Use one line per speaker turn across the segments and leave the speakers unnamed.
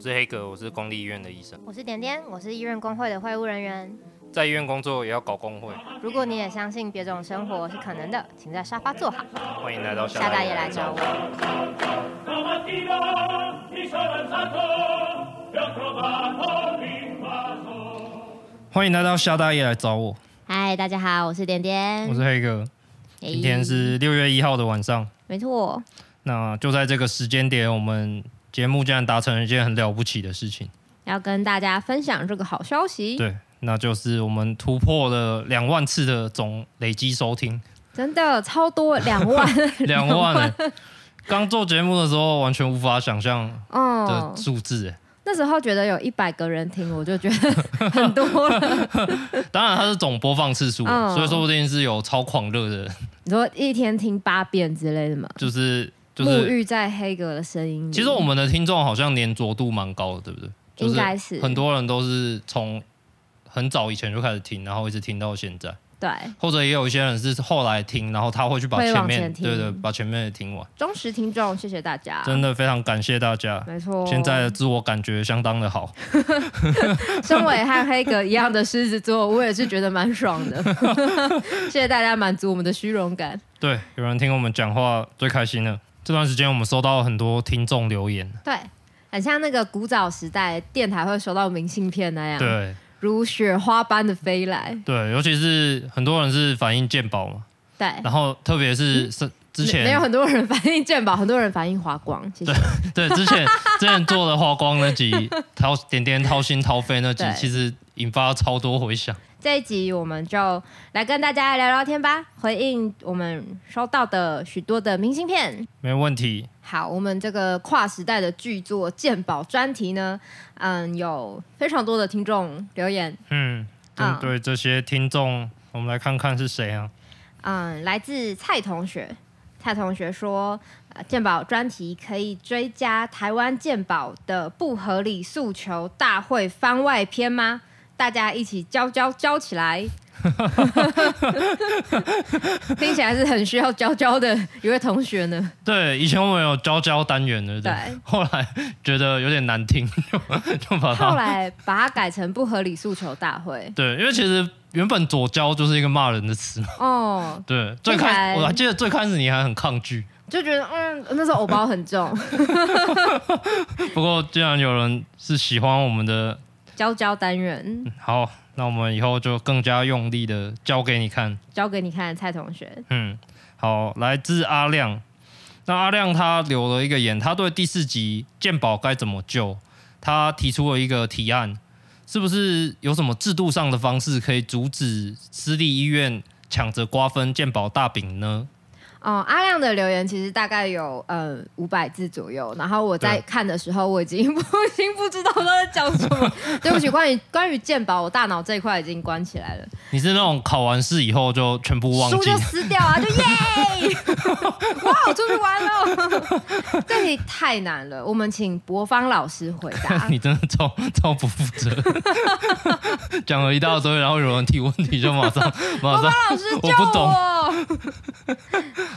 是黑格，我是公立医院的医生，
我是点点，我是医院工会的会务人员。
在医院工作也要搞工会。
如果你也相信别种生活是可能的，请在沙发坐好，
欢迎来到
下大夜来找我。
Stamattina mi sono alzato e ho trovato l'invaso.
欢迎来到下大夜来找我，
嗨，大家好，我是点点。
我是黑格。
今
今天是六月一号的晚上，
没错，
那就在这个时间点，我们节目竟然达成了一件很了不起的事情。
要跟大家分享这个好消息，
对，那就是我们突破了两万次的总累积收听，
真的超多两万
两万、欸。刚做节目的时候，完全无法想象
哦
的。数字、欸。
那时候觉得有一百个人听，我就觉得 很 多了。
当然，它是总播放次数，啊
嗯
所以说不定是有超狂热的人，
你说一天听八遍之类的嘛？
就是就
沐
是。
浴在黑格的声音里。
其实我们的听众好像粘着度蛮高的，对不对？就
应该是
很多人都是从很早以前就开始听，然后一直听到现在，
对
或者也有一些人是后来听，然后他会去把
会
前
往
面
前听
对对，把前面的听完。
忠实听众，谢谢大家。
真的非常感谢大家，
没错，
现在的自我感觉相当的好。
身为和黑格一样的狮子座，我也是觉得蛮爽的。 谢谢大家满足我们的虚荣感。
对，有人听我们讲话最开心了。这段时间我们收到很多听众留言，
对，很像那个古早时代电台会收到明信片那样，
对
如雪花般的飞来。
对，尤其是很多人是反映鉴宝嘛，
对，
然后特别是是之前
嗯没有很多人反映鉴宝，很多人反映华光。谢谢。
对，之前之前做的花光那 集，掏点点掏心掏肺那集
对，
其实引发了超多回响。
这一集我们就来跟大家聊聊天吧，回应我们收到的许多的明信片。
没问题，
好，我们这个跨时代的巨作鉴宝专题呢，嗯，有非常多的听众留言，
嗯，针
嗯
对这些听众，我们来看看是谁啊？
嗯，来自蔡同学。蔡同学说，呃，鉴宝专题可以追加台湾鉴宝的不合理诉求大会番外篇吗？大家一起教教教起来。 听起来是很需要教教的一位同学呢。
对，以前我们有教教单元的，对不对
对，
后来觉得有点难听，就就把
后
它
来把它改成不合理诉求大会。
对，因为其实原本左教就是一个骂人的词嘛。
哦，
对，最
听起
开
来
我还记得最开始你还很抗拒，
就觉得嗯，那时候偶包很重，
不过既然有人是喜欢我们的，
教教单元
好，那我们以后就更加用力的教给你看。
教给你看，蔡同学。
嗯，好，来自阿亮。那阿亮他留了一个言，他对第四集鉴宝该怎么救，他提出了一个提案，是不是有什么制度上的方式可以阻止私立医院抢着瓜分鉴宝大饼呢？
哦，阿亮的留言其实大概有呃五百字左右，然后我在
对
看的时候，我已经不已经不知道他在讲什 么。对不起，关于关于鉴宝，我大脑这一块已经关起来了，
你是那种考完试以后就全部忘
书
记
就？撕掉啊，就耶！哇，我出去玩了，这题太难了，我们请博芳老师回答。
你真的超超不负责， 讲了一大堆，然后有人提问题就马上马上，
老师
我
救
不懂
我！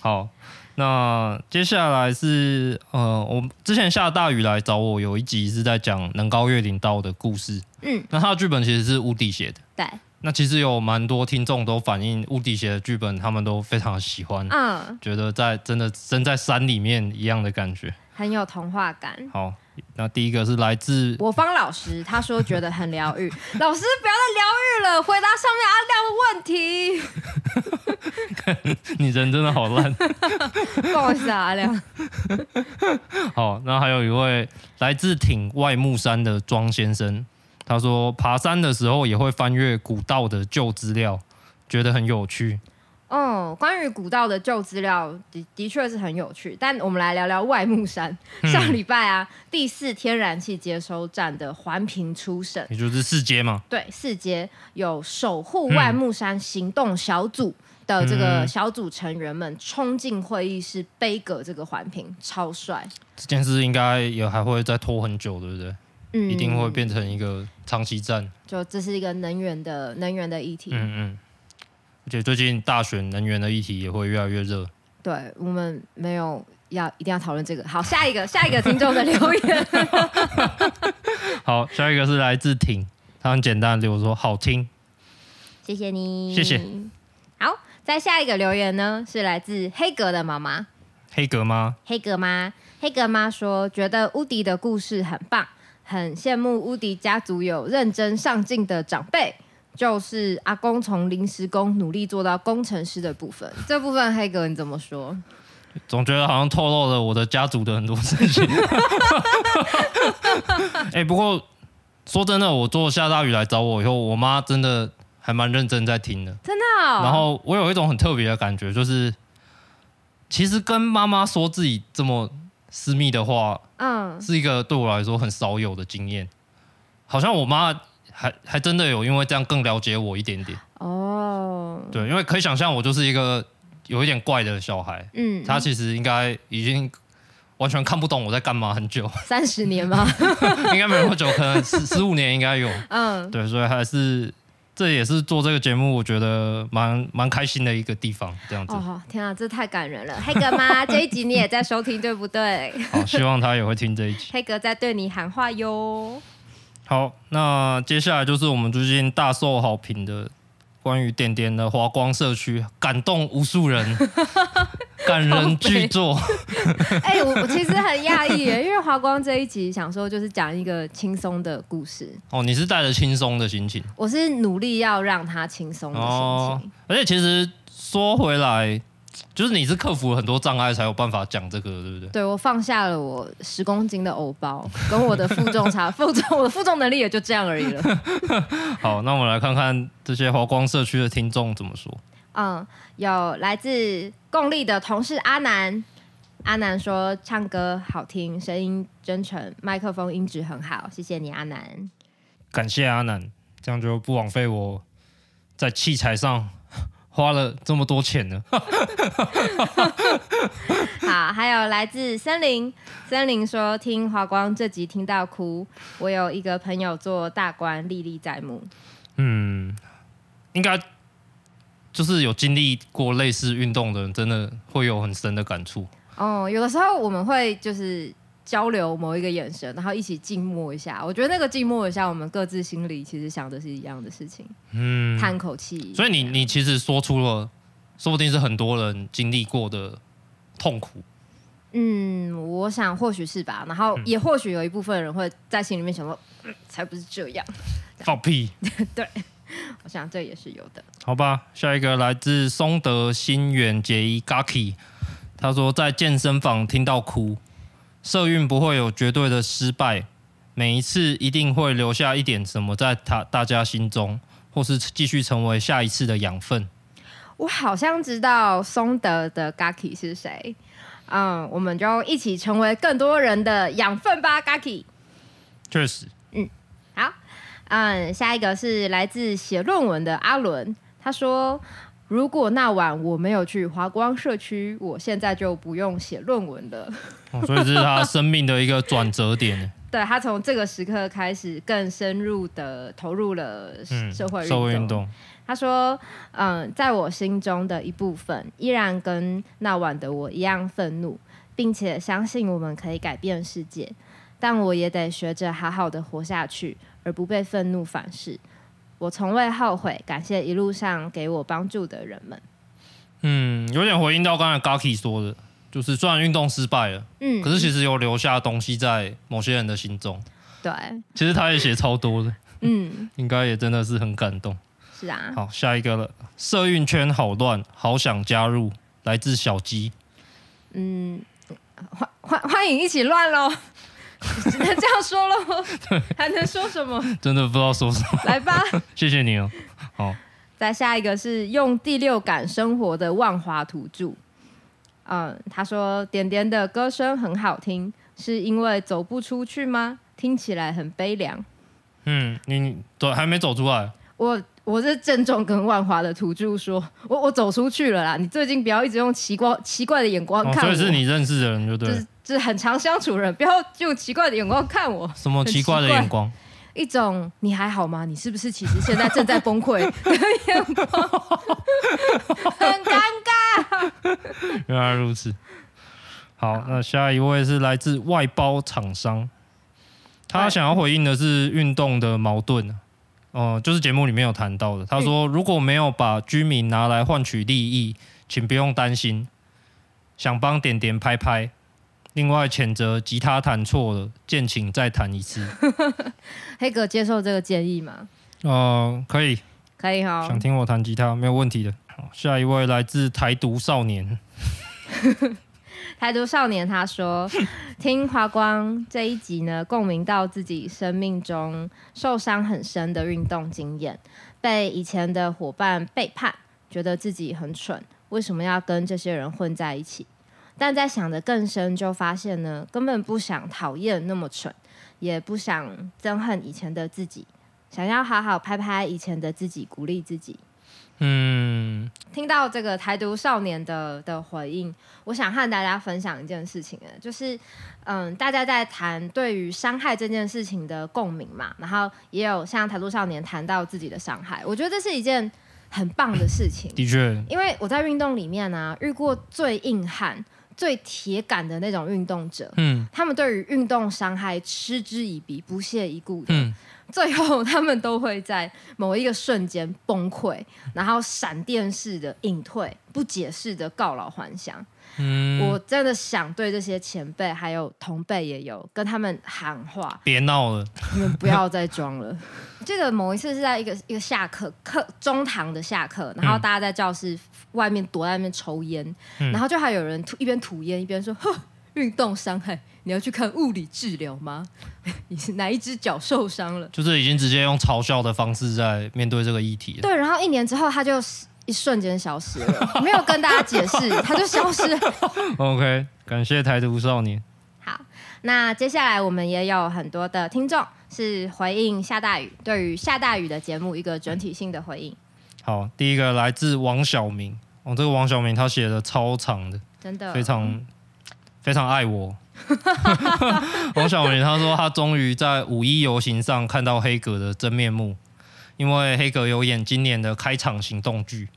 好，那接下来是呃，我之前下大雨来找我，有一集是在讲能高月领道的故事。
嗯，
那他的剧本其实是乌迪写的。
对，
那其实有蛮多听众都反映乌迪写的剧本，他们都非常喜欢，
嗯，
觉得在真的身在山里面一样的感觉。
很有童话感。
好，那第一个是来自
我方老师他说觉得很疗愈，老师不要再疗愈了，回答上面阿亮的问 题。
你人真的好烂。
不好意思啊，阿亮。
好，那还有一位来自挺外木山的庄先生，他说爬山的时候也会翻阅古道的旧资料，觉得很有趣。
哦，关于古道的旧资料的的确是很有趣，但我们来聊聊外木山。
嗯
上礼拜啊，第四天然气接收站的环评初审，
也就是四阶嘛。
对四节有守护外木山行动小组的这
嗯
个小组成员们冲进会议室背个这个环评，超帅，
这件事应该也还会再拖很久，对不对？
嗯
一定会。变成一个长期战。
就这是一个能源的能源的议题，
嗯嗯。而且最近大选能源的议题也会越来越热。
对我们没有要一定要讨论这个。好，下一个下一个听众的留言，
好，下一个是来自挺，他很简单，留说好听，
谢谢你，
谢谢。
好，在下一个留言呢，是来自黑格的妈妈。
黑格吗？
黑格妈，黑格妈说觉得乌迪的故事很棒，很羡慕乌迪家族有认真上进的长辈。就是阿公从临时工努力做到工程师的部分，这部分黑格你怎么说？
总觉得好像透露了我的家族的很多事 情。哎、不过说真的，我做下大雨来找我以后，我妈真的还蛮认真在听的。
真的、哦？
然后我有一种很特别的感觉，就是其实跟妈妈说自己这么私密的话，
嗯，
是一个对我来说很少有的经验。好像我妈还还真的有因为这样更了解我一点点。
哦，
对，因为可以想象我就是一个有一点怪的小孩，
嗯，
他其实应该已经完全看不懂我在干嘛很久，
三十年吗？
应该没有那么久，可能十十五年应该 有。
嗯，
对，所以还是这也是做这个节目，我觉得蛮蛮开心的一个地方。这样子，
哦，天啊，这太感人了！黑格妈这一集你也在收听对不对？
好，希望他也会听这一集。
黑格在对你喊话哟。
好，那接下来就是我们最近大受好评的关于点点的华光社区，感动无数 人，感人巨作。
哎、我我其实很讶异耶，因为华光这一集想说就是讲一个轻松的故事，
哦，你是带着轻松的心情。
我是努力要让它轻松的心情。
而且其实说回来，就是你是克服了很多障碍才有办法讲这个，对 不对？
对我放下了我十公斤的藕包，跟我的负重差，负重我的负重能力也就这样而已了。
好，那我们来看看这些华光社区的听众怎么说。
嗯，有来自共立的同事阿南，阿南说唱歌好听，声音真诚，麦克风音质很好，谢谢你阿南。
感谢阿南，这样就不枉费我在器材上花了这么多钱了。
好，还有来自森林，森林说听华光这集听到哭，我有一个朋友做大官，历历在目。
嗯，应该就是有经历过类似运动的人，真的会有很深的感触。
哦，有的时候我们会就是交流某一个眼神，然后一起静默一下。我觉得那个静默一下，我们各自心里其实想的是一样的事情，
嗯，
叹口气。
所以你你其实说出了，说不定是很多人经历过的痛苦。
嗯，我想或许是吧，然后
嗯
也或许有一部分人会在心里面想说，嗯才不是这样。
放屁。
我想这也是有的。
好吧，下一个来自松德新源杰一 Gaki，他说在健身房听到哭，社运不会有绝对的失败，每一次一定会留下一点什么在他大家心中，或是继续成为下一次的养分。
我好像知道松德的 Gaki 是谁，嗯，我们就一起成为更多人的养分吧，Gaki。
确实，
好，嗯，下一个是来自写论文的阿伦，他说：“如果那晚我没有去华光社区，我现在就不用写论文了。
哦所以这是他生命的一个转折点，
对”他从这个时刻开始，更深入的投入了
嗯，
社会运
社
动。
会运动，
他说：“嗯，在我心中的一部分，依然跟那晚的我一样愤怒，并且相信我们可以改变世界，但我也得学着好好的活下去，而不被愤怒反噬。我从未后悔，感谢一路上给我帮助的人们。
嗯，有点回应到刚才 Gaki 说的，就是虽然运动失败了，
嗯，
可是其实有留下东西在某些人的心中。
对，
其实他也写超多的，
嗯，
应该也真的是很感动。
是啊，
好，下一个了。社运圈好乱，好想加入。来自小鸡，
嗯，欢欢欢迎一起乱喽， 只能这样说喽，还能说什么？
真的不知道说什么，
来吧。”
谢谢你哦。
再下一个是用第六感生活的万华土著。嗯，他说点点的歌声很好听，是因为走不出去吗？听起来很悲凉。
嗯，你走还没走出来，
我我是郑重跟万华的土著说，我我走出去了啦。你最近不要一直用奇怪奇怪的眼光
哦、
看
所
我，
以是你认识的人就对
就
了
是就是很常相处的人，不要用奇怪的眼光看我。
什么奇怪的
很奇怪
眼光？
一种你还好吗？你是不是其实现在正在崩溃？ 眼光很尴尬。
原来如此。好，那下一位是来自外包厂商，他想要回应的是运动的矛盾。哦、就是节目里面有谈到的，他说如果没有把居民拿来换取利益，请不用担心，想帮点点拍拍。另外谴责吉他弹错了，建请再弹一 次。
黑哥接受这个建议吗？
呃，可以，
可以哦哈
想，听我弹吉他没有问题的。好，下一位来自台独少年，
台独少年他说， 听华光这一集呢，共鸣到自己生命中受伤很深的运动经验，被以前的伙伴背叛，觉得自己很蠢，为什么要跟这些人混在一起？但在想的更深，就发现呢，根本不想讨厌那么蠢，也不想憎恨以前的自己，想要好好拍拍以前的自己，鼓励自己。
嗯，
听到这个台独少年的的回应，我想和大家分享一件事情，呃就是嗯，大家在谈对于伤害这件事情的共鸣嘛，然后也有像台独少年谈到自己的伤害，我觉得这是一件很棒的事情。
的确，
因为我在运动里面呢、遇过最硬汉、最铁杆的那种运动者，
嗯
他们对于运动伤害嗤之以鼻、不屑一顾的。
嗯，
最后他们都会在某一个瞬间崩溃，
嗯
然后闪电式的隐退，不解释的告老还乡。
嗯
我真的想对这些前辈还有同辈也有跟他们喊话，
别闹了，
你们不要再装 了。记得某一次是在一个一个下课课中堂的下课，然后大家在教室外面躲在那边抽烟，
嗯
然后就还有人吐一边吐烟一边说：“ 呵，运动伤害，你要去看物理治疗吗？ 你是哪一只脚受伤了？”
就是已经直接用嘲笑的方式在面对这个议题了。
对，然后一年之后他就一瞬间消失了， 没有跟大家解释，他就消失了。
OK，感谢台独少年。
好，那接下来我们也有很多的听众是回应下大雨对于下大雨的节目一个整体性的回应，
好，第一个来自王小明，哦，这个王小明他写的超长的，
真的
非常非常爱我。 王小明他说他终于在五一游行上看到黑格的真面目，因为黑格有演今年的开场行动剧。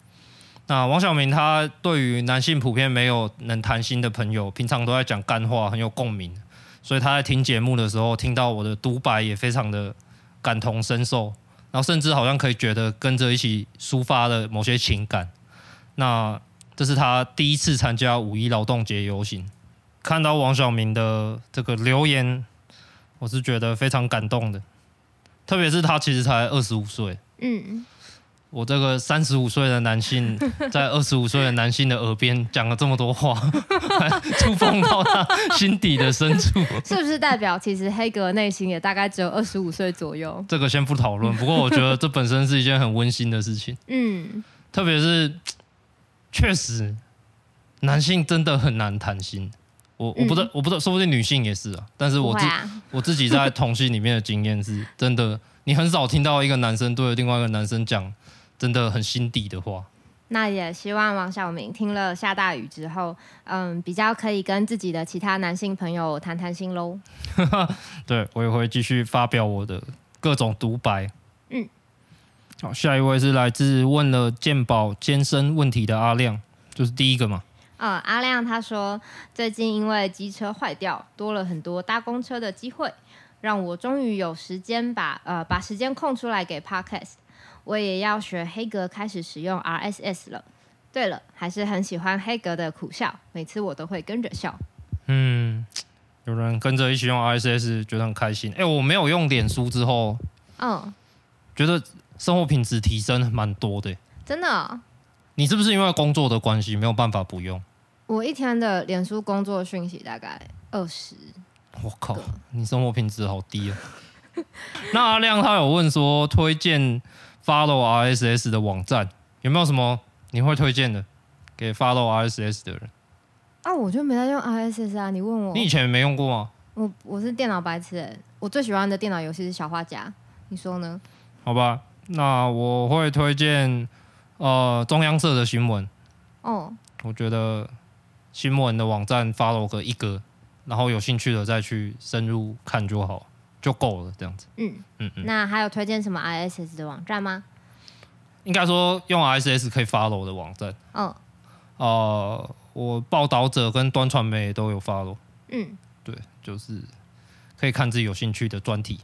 那王小明他对于男性普遍没有能谈心的朋友，平常都在讲干话，很有共鸣，所以他在听节目的时候，听到我的独白也非常的感同身受，然后甚至好像可以觉得跟着一起抒发了某些情感。那这是他第一次参加五一劳动节游行，看到王小明的这个留言，我是觉得非常感动的。特别是他其实才二十五岁，
嗯，
我这个三十五岁的男性，在二十五岁的男性的耳边讲了这么多话， 还触碰到他心底的深处。
是不是代表其实黑格内心也大概只有二十五岁左右？
这个先不讨论，不过我觉得这本身是一件很温馨的事情，
嗯，
特别是确实男性真的很难谈心。我我不知道、我不知道，说不定女性也是啊。但是
嗯不
我
会
自、
啊，
我自己在同性里面的经验是，真的，你很少听到一个男生对另外一个男生讲真的很心底的话。
那也希望王小明听了下大雨之后，嗯，比较可以跟自己的其他男性朋友谈谈心喽。
对我也会继续发表我的各种独白。
嗯，
好，下一位是来自问了健保健身问题的阿亮，就是第一个嘛。
呃，阿亮他说，最近因为机车坏掉，多了很多搭公车的机会，让我终于有时间把呃把时间空出来给 podcast。我也要学黑格开始使用 RSS 了。对了，还是很喜欢黑格的苦笑，每次我都会跟着笑。
嗯，有人跟着一起用 RSS，觉得很开心。哎、我没有用脸书之后，
嗯，
觉得生活品质提升蛮多的、
真的哦、
你是不是因为工作的关系没有办法不用？
我一天的脸书工作讯息大概二十。
我靠，你生活品质好低啊！ 那阿亮他有问说，推荐 follow RSS 的网站有没有什么你会推荐的给 follow RSS 的人？
啊，我就没在用 RSS 啊！你问我
你，以前没用过吗？
我我是电脑白痴、欸，我最喜欢的电脑游戏是小画家，你说呢？
好吧，那我会推荐呃中央社的新闻，
哦，
我觉得新闻的网站 follow 个一格，然后有兴趣的再去深入看就好，就够了这样子。
嗯
嗯嗯，
那还有推荐什么 RSS 的网站吗？哦
应该说用 RSS 可以 follow 的网站。
嗯
呃，我报道者跟端传媒都有 follow，
嗯，
对，就是可以看自己有兴趣的专题。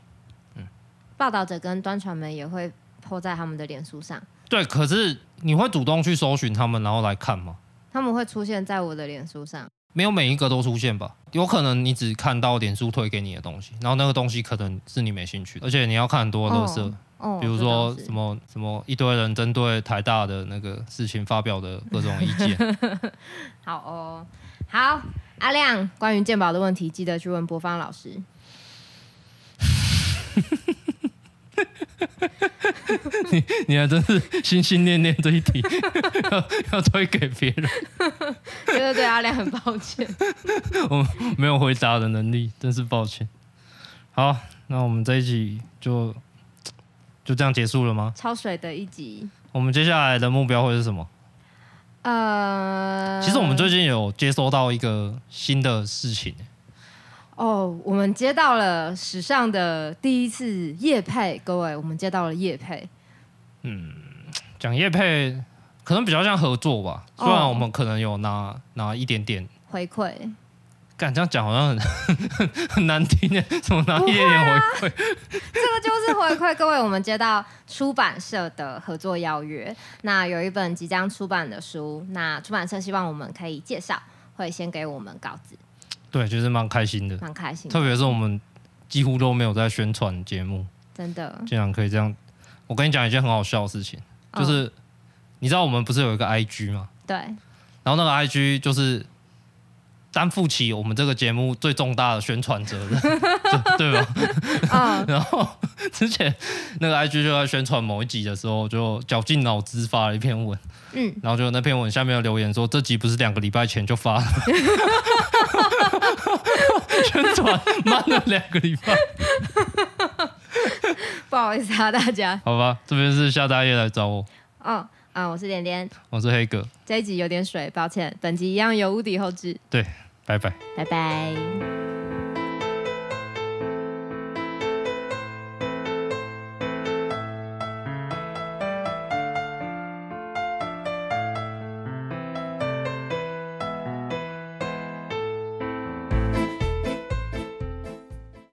报道者跟端传媒也会 po 在他们的脸书上，
对，可是你会主动去搜寻他们，然后来看吗？
他们会出现在我的脸书上。
没有每一个都出现吧，有可能你只看到脸书推给你的东西，然后那个东西可能是你没兴趣的，而且你要看很多垃圾，
哦，
比如说什
么，
么什么一堆人针对台大的那个事情发表的各种意见，
好哦，好，阿亮，关于鉴宝的问题，记得去问播放老师。
你还真是心心念念这一题， 要要推给别人，
觉得对阿亮很抱歉。
没有回答的能力，真是抱歉。好，那我们这一集就就这样结束了吗？
超水的一集，
我们接下来的目标会是什么？
呃，
其实我们最近有接收到一个新的事情，
哦，我们接到了史上的第一次夜配，各位，我们接到了夜配，
讲业配可能比较像合作吧，
哦
虽然我们可能有拿拿一点点，
回馈，
干这样讲好像很很 难听耶，怎么拿一点点回馈？
这个就是回馈各位，我们接到出版社的合作邀约，那有一本即将出版的书，那出版社希望我们可以介绍，会先给我们稿子，
对，就是蛮开心的，
蛮开心的，
特别是我们几乎都没有在宣传节目，
真的，
竟然可以这样。我跟你讲一件很好笑的事情，
嗯
就是、你知道我们不是有一个 IG 吗？
对，
然后那个 IG 就是担负起我们这个节目最重大的宣传责任， 对对吧？
嗯，
然后之前那个 IG 就在宣传某一集的时候，就绞尽脑汁发了一篇文，
嗯，
然后就那篇文下面有留言说这集不是两个礼拜前就发了 吗，宣传慢了两个礼拜，
不好意思啊，大家，
好吧，这边是夏大爷来找我，
嗯啊、我是点点，
我是黑哥，
这一集有点水，抱歉，本集一样由无底后置，
对，拜拜。
拜拜。